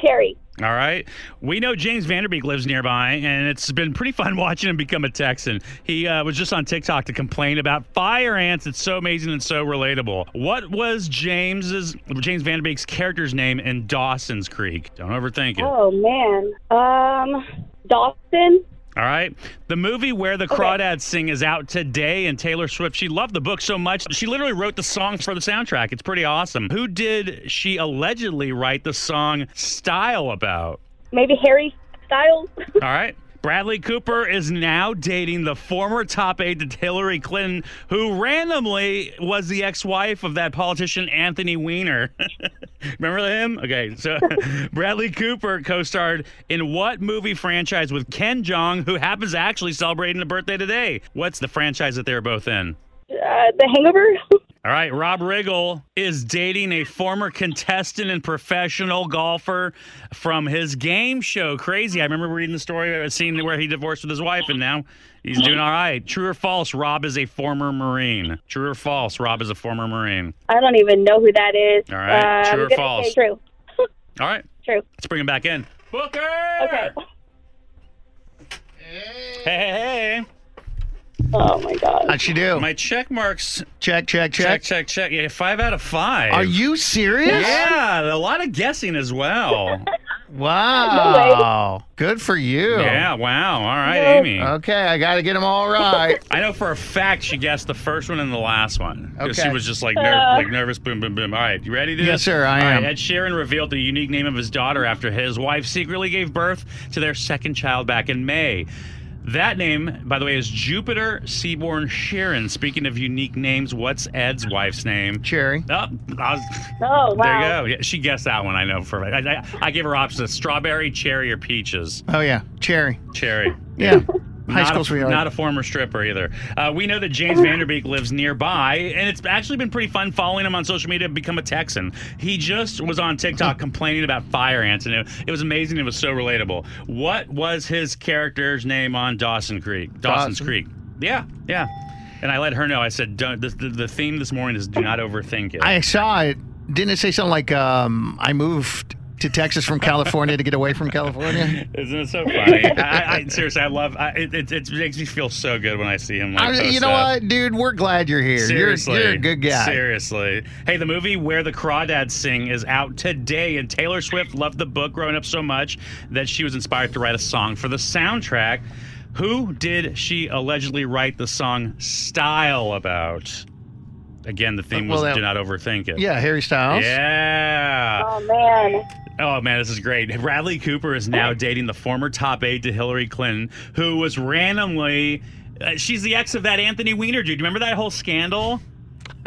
Speaker 8: Terry.
Speaker 2: All right. We know James Vanderbeek lives nearby, and it's been pretty fun watching him become a Texan. He uh, was just on TikTok to complain about fire ants. It's so amazing and so relatable. What was James's James Vanderbeek's character's name in Dawson's Creek? Don't overthink it.
Speaker 8: Oh man. Um, Dawson.
Speaker 2: All right. The movie Where the Crawdads Sing is out today, and Taylor Swift, she loved the book so much, she literally wrote the songs for the soundtrack. It's pretty awesome. Who did she allegedly write the song Style about?
Speaker 8: Maybe Harry Styles.
Speaker 2: All right. Bradley Cooper is now dating the former top aide to Hillary Clinton, who randomly was the ex wife of that politician, Anthony Weiner. Remember him? Okay, so Bradley Cooper co-starred in what movie franchise with Ken Jong, who happens to actually celebrating the birthday today? What's the franchise that they're both in?
Speaker 9: Uh, the Hangover.
Speaker 2: All right, Rob Riggle is dating a former contestant and professional golfer from his game show. Crazy. I remember reading the story, uh, seeing where he divorced with his wife, and now he's doing all right. True or false, Rob is a former Marine. True or false, Rob is a former Marine.
Speaker 9: I don't even know who that is.
Speaker 2: All right,
Speaker 9: Uh,
Speaker 8: Um,
Speaker 2: true
Speaker 9: I'm
Speaker 2: or
Speaker 9: gonna
Speaker 2: false?
Speaker 9: say True.
Speaker 2: All right,
Speaker 9: True.
Speaker 2: let's bring him back in. Booker!
Speaker 9: Okay.
Speaker 2: Hey, hey,
Speaker 9: Oh my god.
Speaker 1: How'd you
Speaker 2: hey.
Speaker 1: do?
Speaker 2: My check marks.
Speaker 1: check, check,
Speaker 2: Check,
Speaker 1: check.
Speaker 2: check, check. Yeah, five out of five.
Speaker 1: Are you serious?
Speaker 2: Yeah, a lot of guessing as well.
Speaker 1: Wow. Good for you.
Speaker 2: yeah, wow. All right, Amy.
Speaker 1: Okay, I got to get them all right.
Speaker 2: I know for a fact she guessed the first one and the last one. 'Cause
Speaker 1: Okay.
Speaker 2: She was just like, ner- like nervous, boom, boom, boom. All right, you ready to do
Speaker 1: Yes,
Speaker 2: this?
Speaker 1: sir, I
Speaker 2: All right,
Speaker 1: am.
Speaker 2: Ed Sheeran revealed the unique name of his daughter after his wife secretly gave birth to their second child back in May. That name, by the way, is Jupiter Seaborn Sheeran. Speaking of unique names, what's Ed's wife's name?
Speaker 1: Cherry.
Speaker 2: Oh, I was-
Speaker 9: Oh wow.
Speaker 2: there you go. Yeah, she guessed that one. I know for a fact. I, I, I gave her options: strawberry, cherry, or peaches.
Speaker 1: Oh, yeah. Cherry.
Speaker 2: Cherry.
Speaker 1: Yeah. High
Speaker 2: Not
Speaker 1: school
Speaker 2: a,
Speaker 1: sweetheart.
Speaker 2: Not a former stripper either. Uh, we know that James Vanderbeek lives nearby, and it's actually been pretty fun following him on social media to become a Texan. He just was on
Speaker 1: Hmm.
Speaker 2: TikTok complaining about fire ants, and it, it was amazing. It was so relatable. What was his character's name on Dawson Creek? Dawson's
Speaker 1: Dawson?
Speaker 2: Creek. Yeah, yeah. And I let her know. I said, Don't, the, the, the theme this morning is do not overthink it.
Speaker 1: I saw it. Didn't it say something like, um, I moved to Texas from California to get away from California?
Speaker 2: Isn't it so funny? I, I, seriously, I love I, it, it. It makes me feel so good when I see him. Like,
Speaker 1: I,
Speaker 2: post
Speaker 1: you know
Speaker 2: that.
Speaker 1: what, dude? We're glad you're here. You're-
Speaker 2: Seriously.
Speaker 1: You're, a good guy.
Speaker 2: Seriously. Hey, the movie Where the Crawdads Sing is out today, and Taylor Swift loved the book growing up so much that she was inspired to write a song for the soundtrack. Who did she allegedly write the song Style about? Again, the theme was
Speaker 1: Well, that-
Speaker 2: do not overthink it.
Speaker 1: Yeah, Harry Styles.
Speaker 2: Yeah.
Speaker 9: Oh man.
Speaker 2: Oh man, this is great. Bradley Cooper is now dating the former top aide to Hillary Clinton, who was randomly. Uh, she's the ex of that Anthony Weiner dude. Remember that whole scandal?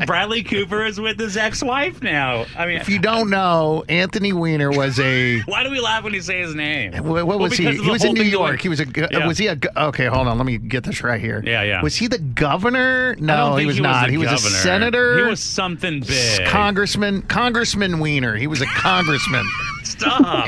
Speaker 2: Bradley Cooper is with his ex-wife now. I mean,
Speaker 1: If you don't know, Anthony Weiner was a.
Speaker 2: why do we laugh when you say his name?
Speaker 1: wh- What,
Speaker 2: Well,
Speaker 1: was he?
Speaker 2: because
Speaker 1: He
Speaker 2: of the
Speaker 1: was in
Speaker 2: whole
Speaker 1: New
Speaker 2: thing going-
Speaker 1: York. He was a. go-
Speaker 2: Yeah.
Speaker 1: Was he a? go- Okay, hold on. Let me get this right here.
Speaker 2: Yeah, yeah.
Speaker 1: Was he the governor?
Speaker 2: I don't
Speaker 1: No,
Speaker 2: think
Speaker 1: he was
Speaker 2: the
Speaker 1: not. he was a
Speaker 2: governor.
Speaker 1: senator.
Speaker 2: He was something big.
Speaker 1: Congressman Congressman Weiner. He was a congressman.
Speaker 2: Stop.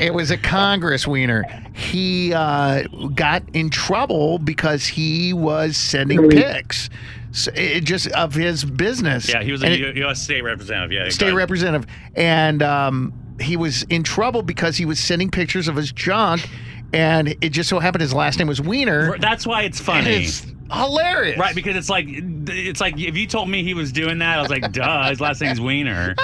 Speaker 1: It was a Congress Wiener. He uh, got in trouble because he was sending pics, so it, just of his business.
Speaker 2: yeah, he was
Speaker 1: And
Speaker 2: a
Speaker 1: it-
Speaker 2: U- U.S. state representative. Yeah,
Speaker 1: state
Speaker 2: got it.
Speaker 1: representative, and um, he was in trouble because he was sending pictures of his junk, and it just so happened his last name was Wiener.
Speaker 2: That's why it's
Speaker 1: And
Speaker 2: funny.
Speaker 1: it's hilarious,
Speaker 2: Right, because it's like it's like if you told me he was doing that, I was like, duh, his last name's Wiener.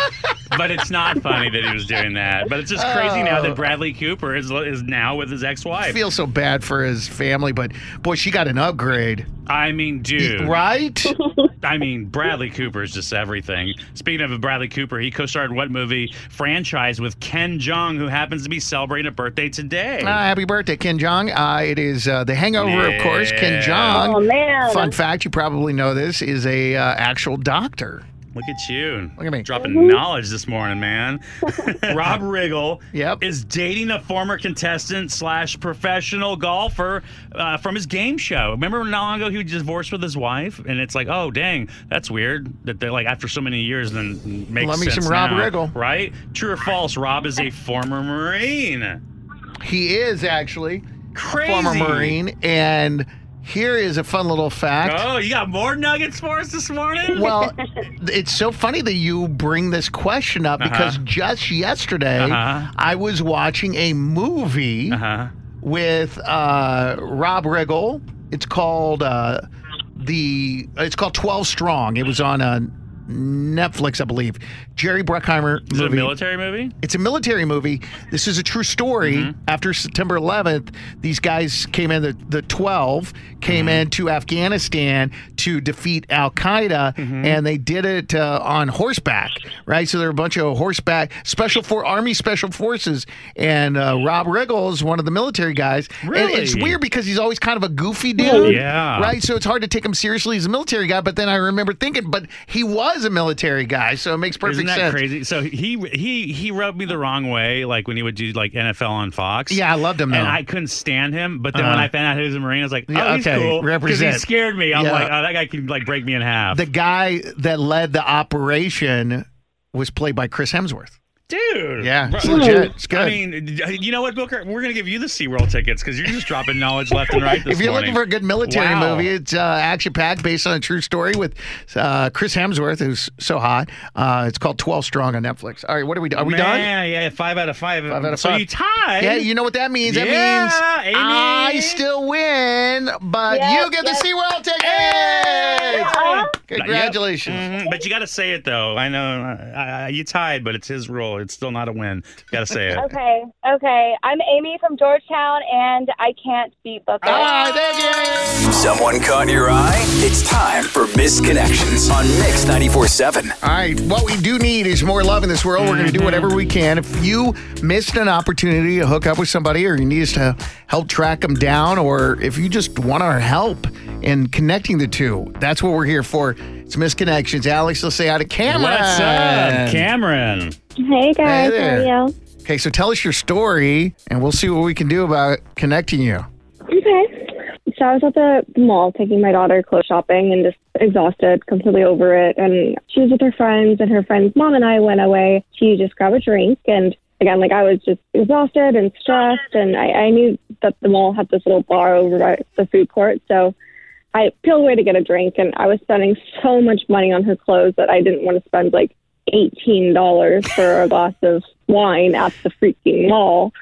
Speaker 2: But it's not funny that he was doing that. But it's just crazy now that Bradley Cooper is is now with his
Speaker 1: I
Speaker 2: ex-wife.
Speaker 1: feel so bad for his family, but boy, she got an upgrade,
Speaker 2: I mean, dude.
Speaker 1: right? Uh,
Speaker 2: I mean, Bradley Cooper is just everything. Speaking of Bradley Cooper, he co-starred what movie franchise with Ken Jeong, who happens to be celebrating a birthday today.
Speaker 1: Uh, happy birthday, Ken Jong. Uh, it is uh, The Hangover, of course. Ken
Speaker 2: Yeah.
Speaker 1: Jong.
Speaker 9: Oh man.
Speaker 1: Fun fact, you probably know this, is a uh, actual doctor.
Speaker 2: Look at you.
Speaker 1: Look at me.
Speaker 2: Dropping knowledge this morning, man. Rob Riggle
Speaker 1: Yep.
Speaker 2: is dating a former contestant slash professional golfer uh, from his game show. Remember not long ago he was divorced with his wife? And it's like, oh, dang, that's weird that they're like, after so many years, then makes
Speaker 1: Love me
Speaker 2: sense
Speaker 1: some Rob
Speaker 2: now,
Speaker 1: Riggle.
Speaker 2: Right? True or false, Rob is a former Marine.
Speaker 1: He is actually
Speaker 2: Crazy.
Speaker 1: former Marine. And here is a fun little fact.
Speaker 2: Oh, you got more nuggets for us this morning?
Speaker 1: Well, it's so funny that you bring this question up because just yesterday
Speaker 2: Uh-huh.
Speaker 1: I was watching a movie
Speaker 2: Huh?
Speaker 1: with uh, Rob Riggle. It's called uh, the. It's called Twelve Strong. It was on uh, Netflix, I believe. Jerry Bruckheimer
Speaker 2: Is it a
Speaker 1: movie.
Speaker 2: military movie?
Speaker 1: It's a military movie. This is a true story.
Speaker 2: Mm-hmm.
Speaker 1: After September
Speaker 2: Mm-hmm.
Speaker 1: 11th, these guys came in, the, the 12 came into Afghanistan to defeat Al Qaeda,
Speaker 2: Mm-hmm.
Speaker 1: and they did it uh, on horseback, right? So there were a bunch of horseback special for Army special forces, and uh, Rob Riggles, one of the military guys. And
Speaker 10: Really?
Speaker 1: it's weird because he's always kind of a goofy dude,
Speaker 10: Yeah.
Speaker 1: right? So it's hard to take him seriously as a military guy. But then I remember thinking, but he was a military guy, so it makes perfect
Speaker 2: Isn't that
Speaker 1: sense.
Speaker 2: crazy? So he he he rubbed me the wrong way, like when he would do like NFL on Fox.
Speaker 1: Yeah, I loved him though.
Speaker 2: And I couldn't stand him, but then when
Speaker 1: Uh-huh.
Speaker 2: I found out he was a Marine, I was like, "Oh,
Speaker 1: Yeah,
Speaker 2: he's
Speaker 1: okay,
Speaker 2: cool." Because he
Speaker 1: represent.
Speaker 2: scared me. I'm
Speaker 1: Yeah.
Speaker 2: like, "Oh, that guy can like break me in half."
Speaker 1: the guy that led the operation was played by Chris Hemsworth.
Speaker 2: Dude,
Speaker 1: Yeah,
Speaker 2: Bro-
Speaker 1: it's legit. It's good.
Speaker 2: I mean, you know what, Booker? We're gonna give you the SeaWorld tickets because you're just dropping knowledge left and right. This
Speaker 1: if you're looking
Speaker 2: morning.
Speaker 1: for a good military
Speaker 2: Wow.
Speaker 1: movie, it's uh, action packed, based on a true story with uh, Chris Hemsworth, who's so hot. Uh, it's called Twelve Strong on Netflix. All right, what are we? Are we done?
Speaker 2: Yeah, yeah, five out of five.
Speaker 1: Five out of
Speaker 2: so
Speaker 1: five.
Speaker 2: you tied.
Speaker 1: Yeah, you know what that means. That
Speaker 2: Yeah,
Speaker 1: means
Speaker 2: Amy.
Speaker 1: I still win, but
Speaker 9: Yes,
Speaker 1: you get
Speaker 9: yes.
Speaker 1: the SeaWorld ticket. Congratulations.
Speaker 2: Mhm, But you got to say it though. I know uh, I, I, you tied, but it's his rule. It's still not a win. You got to say it.
Speaker 8: Okay, okay. I'm Amy from Georgetown, and I can't beat Booker.
Speaker 1: All right, thank you.
Speaker 3: Someone caught your eye? It's time for Misconnections on Mix 94.7.
Speaker 1: All right. What we do need is more love in this world. We're going to do whatever
Speaker 2: Mm-hmm.
Speaker 1: we can. If you missed an opportunity to hook up with somebody, or you need us to help track them down, or if you just want our help in connecting the two, that's what we're here for. It's misconnections. Alex, let's say out of Cameron.
Speaker 2: What's up, Cameron?
Speaker 8: Hey
Speaker 1: Hey
Speaker 8: guys,
Speaker 1: there.
Speaker 8: how are you?
Speaker 1: Okay, so tell us your story, and we'll see what we can do about connecting you.
Speaker 8: Okay. So I was at the mall taking my daughter clothes shopping and just exhausted, completely over it. And she was with her friends, and her friend's mom and I went away to just grab a drink. And again, like I was just exhausted and stressed, and I, I knew that the mall had this little bar over by the food court. So I peeled away to get a drink, and I was spending so much money on her clothes that I didn't want to spend like eighteen dollars for a glass of wine at the freaking mall.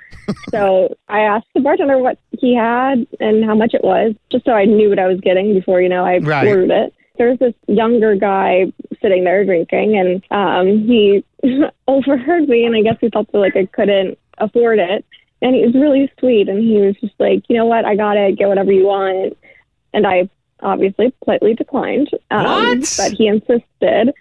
Speaker 8: So I asked the bartender what he had and how much it was, just so I knew what I was getting before you know I
Speaker 1: Right.
Speaker 8: ordered it. There was this younger guy sitting there drinking, and um, he overheard me, and I guess he felt that, like I couldn't afford it. And he was really sweet, and he was just like, you know what, I got it, get whatever you want. And I obviously politely declined. Um,
Speaker 2: What?
Speaker 8: But he insisted.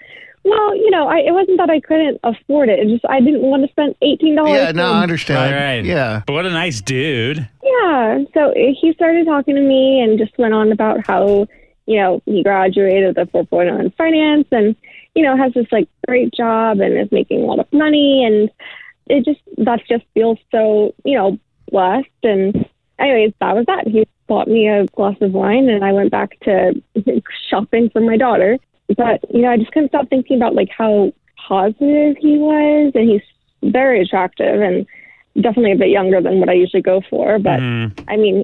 Speaker 8: Well, you know, I, it wasn't that I couldn't afford it. It just I didn't want to spend eighteen dollars.
Speaker 1: Yeah, no, I understand.
Speaker 2: Oh, All right.
Speaker 1: Yeah.
Speaker 2: But what a nice dude.
Speaker 8: Yeah. So he started talking to me and just went on about how, you know, he graduated with a 4.0 in finance and, you know, has this like great job and is making a lot of money. And it just, that just feels so, you know, blessed. And, anyways, that was that. He bought me a glass of wine and I went back to shopping for my daughter. But, you know, I just couldn't stop thinking about like how positive he was. And he's very attractive and, definitely a bit younger than what I usually go for, but
Speaker 2: Mm-hmm.
Speaker 8: I mean,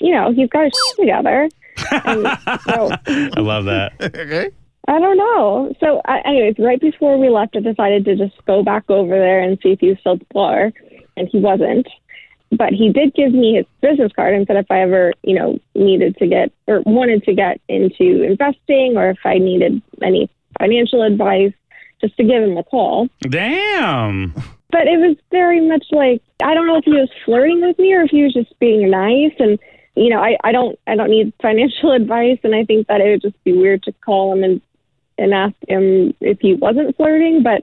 Speaker 8: you know, he's got his shit together. And so
Speaker 2: Mm-hmm. I love that.
Speaker 1: Okay.
Speaker 8: I don't know. So, I, anyways, right before we left, I decided to just go back over there and see if he was still at the bar, and he wasn't. But he did give me his business card and said if I ever, you know, needed to get or wanted to get into investing or if I needed any financial advice, just to give him a call.
Speaker 2: Damn.
Speaker 8: but it was very much like I don't know if he was flirting with me or if he was just being nice and you know I, I don't I don't need financial advice and I think that it would just be weird to call him and and ask him if he wasn't flirting but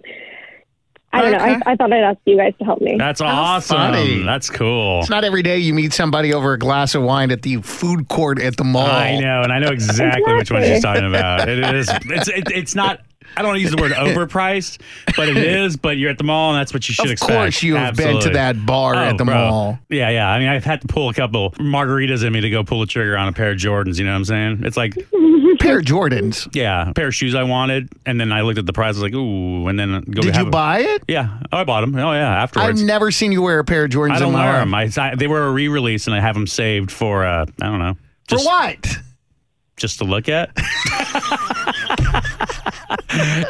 Speaker 8: I don't know I, I thought I'd ask you guys to help me
Speaker 2: That's awesome.
Speaker 1: funny.
Speaker 2: That's cool.
Speaker 1: It's not every day you meet somebody over a glass of wine at the food court at the mall.
Speaker 2: I know, and I know exactly which one she's talking about. It is. It's. It, it's not. I don't want to use the word overpriced, but it is. But you're at the mall, and that's what you should
Speaker 1: Of
Speaker 2: expect.
Speaker 1: course, you have been to
Speaker 2: Absolutely.
Speaker 1: that bar
Speaker 2: Oh,
Speaker 1: at the
Speaker 2: bro.
Speaker 1: mall.
Speaker 2: Yeah, yeah. I mean, I've had to pull a couple margaritas in me to go pull the trigger on a pair of Jordans. You know what I'm saying? It's like,
Speaker 1: pair of Jordans.
Speaker 2: yeah, a pair of shoes I wanted, and then I looked at the price. I was like, ooh, and then go.
Speaker 1: Did
Speaker 2: have
Speaker 1: you
Speaker 2: a-
Speaker 1: buy it?
Speaker 2: Yeah, oh, I bought them. Oh yeah,
Speaker 1: I've
Speaker 2: afterwards.
Speaker 1: never seen you wear a pair of Jordans.
Speaker 2: I don't
Speaker 1: in my
Speaker 2: wear
Speaker 1: life.
Speaker 2: them. I, I- they were a re-release, and I have them saved for uh, I don't know,
Speaker 1: For
Speaker 2: just
Speaker 1: what?
Speaker 2: just to look at.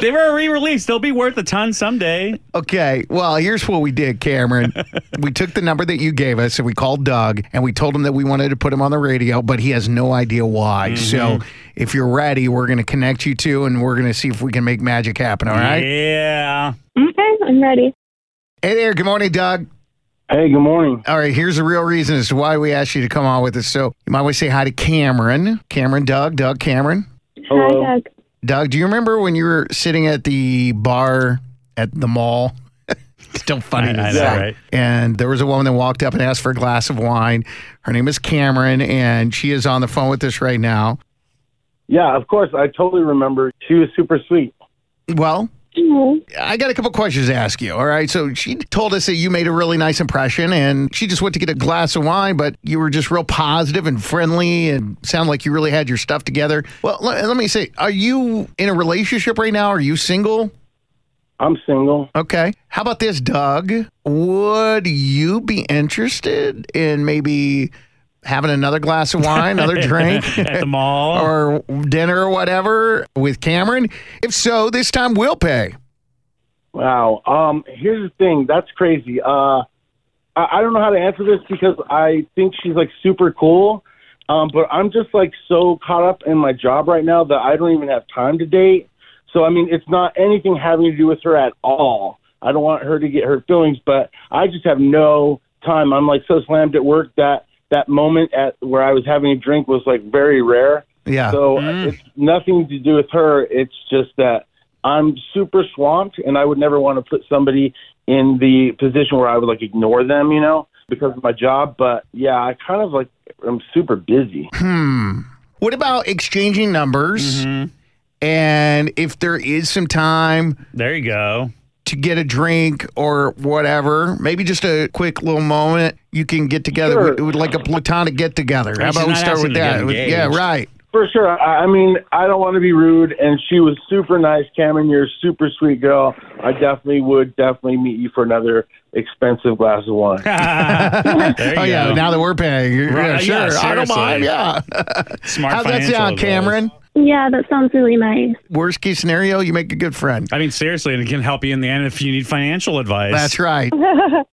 Speaker 2: they were a re-release. They'll be worth a ton someday.
Speaker 1: Okay. Well, here's what we did, Cameron. we took the number that you gave us and we called Doug and we told him that we wanted to put him on the radio, but he has no idea why.
Speaker 2: Mm-hmm.
Speaker 1: So if you're ready, we're going to connect you two and we're going to see if we can make magic happen. All right.
Speaker 2: Yeah.
Speaker 8: okay I'm ready
Speaker 1: Hey there. Good morning, Doug.
Speaker 4: Hey, good morning.
Speaker 1: All right, here's the real reason as to why we asked you to come on with us. So you might want to say hi to Cameron. Cameron, Doug, Doug, Cameron.
Speaker 4: Hello.
Speaker 8: Hi, Doug.
Speaker 1: Doug, do you remember when you were sitting at the bar at the mall? Still funny.
Speaker 10: I-
Speaker 1: to
Speaker 10: I know,
Speaker 1: say.
Speaker 10: right?
Speaker 1: And there was a woman that walked up and asked for a glass of wine. Her name is Cameron, and she is on the phone with us right now.
Speaker 4: Yeah, of course. I totally remember. She was super sweet.
Speaker 1: Well,
Speaker 8: Oh,
Speaker 1: I got a couple questions to ask you. All right. So she told us that you made a really nice impression and she just went to get a glass of wine, but you were just real positive and friendly and sound like you really had your stuff together. Well, let, let me say, are you in a relationship right now? Are you single?
Speaker 4: I'm single.
Speaker 1: Okay. How about this, Doug? Would you be interested in maybe having another glass of wine, another drink?
Speaker 10: at the mall.
Speaker 1: Or dinner or whatever with Cameron? If so, this time we'll pay.
Speaker 4: Wow. Um, here's the thing. That's crazy. Uh, I, I don't know how to answer this because I think she's like super cool. Um, but I'm just like so caught up in my job right now that I don't even have time to date. So I mean, it's not anything having to do with her at all. I don't want her to get her feelings, but I just have no time. I'm like so slammed at work that that moment at where I was having a drink was like very rare.
Speaker 1: Yeah.
Speaker 4: So uh it's nothing to do with her. It's just that I'm super swamped, and I would never want to put somebody in the position where I would like ignore them, you know, because of my job. But yeah, I kind of like I'm super busy.
Speaker 1: What about exchanging numbers? And if there is some time
Speaker 10: There you go.
Speaker 1: to get a drink or whatever, maybe just a quick little moment, you can get together
Speaker 4: Sure.
Speaker 1: with, with like a platonic get together. How
Speaker 10: she's
Speaker 1: about we
Speaker 10: not
Speaker 1: start with
Speaker 10: asking to get
Speaker 1: that? With- yeah,
Speaker 10: engaged.
Speaker 1: right.
Speaker 4: For sure. I, I mean, I don't want to be rude, and she was super nice. Cameron, you're a super sweet girl. I definitely would definitely meet you for another expensive glass of wine.
Speaker 10: There you
Speaker 1: Oh, yeah.
Speaker 10: go.
Speaker 1: Now that we're paying. Yeah,
Speaker 10: yeah,
Speaker 1: sure. I don't
Speaker 10: seriously.
Speaker 1: mind. Yeah.
Speaker 10: Smart
Speaker 1: How's that
Speaker 10: financial
Speaker 1: sound,
Speaker 10: advice.
Speaker 1: Cameron?
Speaker 8: yeah, that sounds really nice.
Speaker 1: Worst case scenario, you make a good friend.
Speaker 10: I mean, seriously, and it can help you in the end if you need financial advice.
Speaker 1: That's right.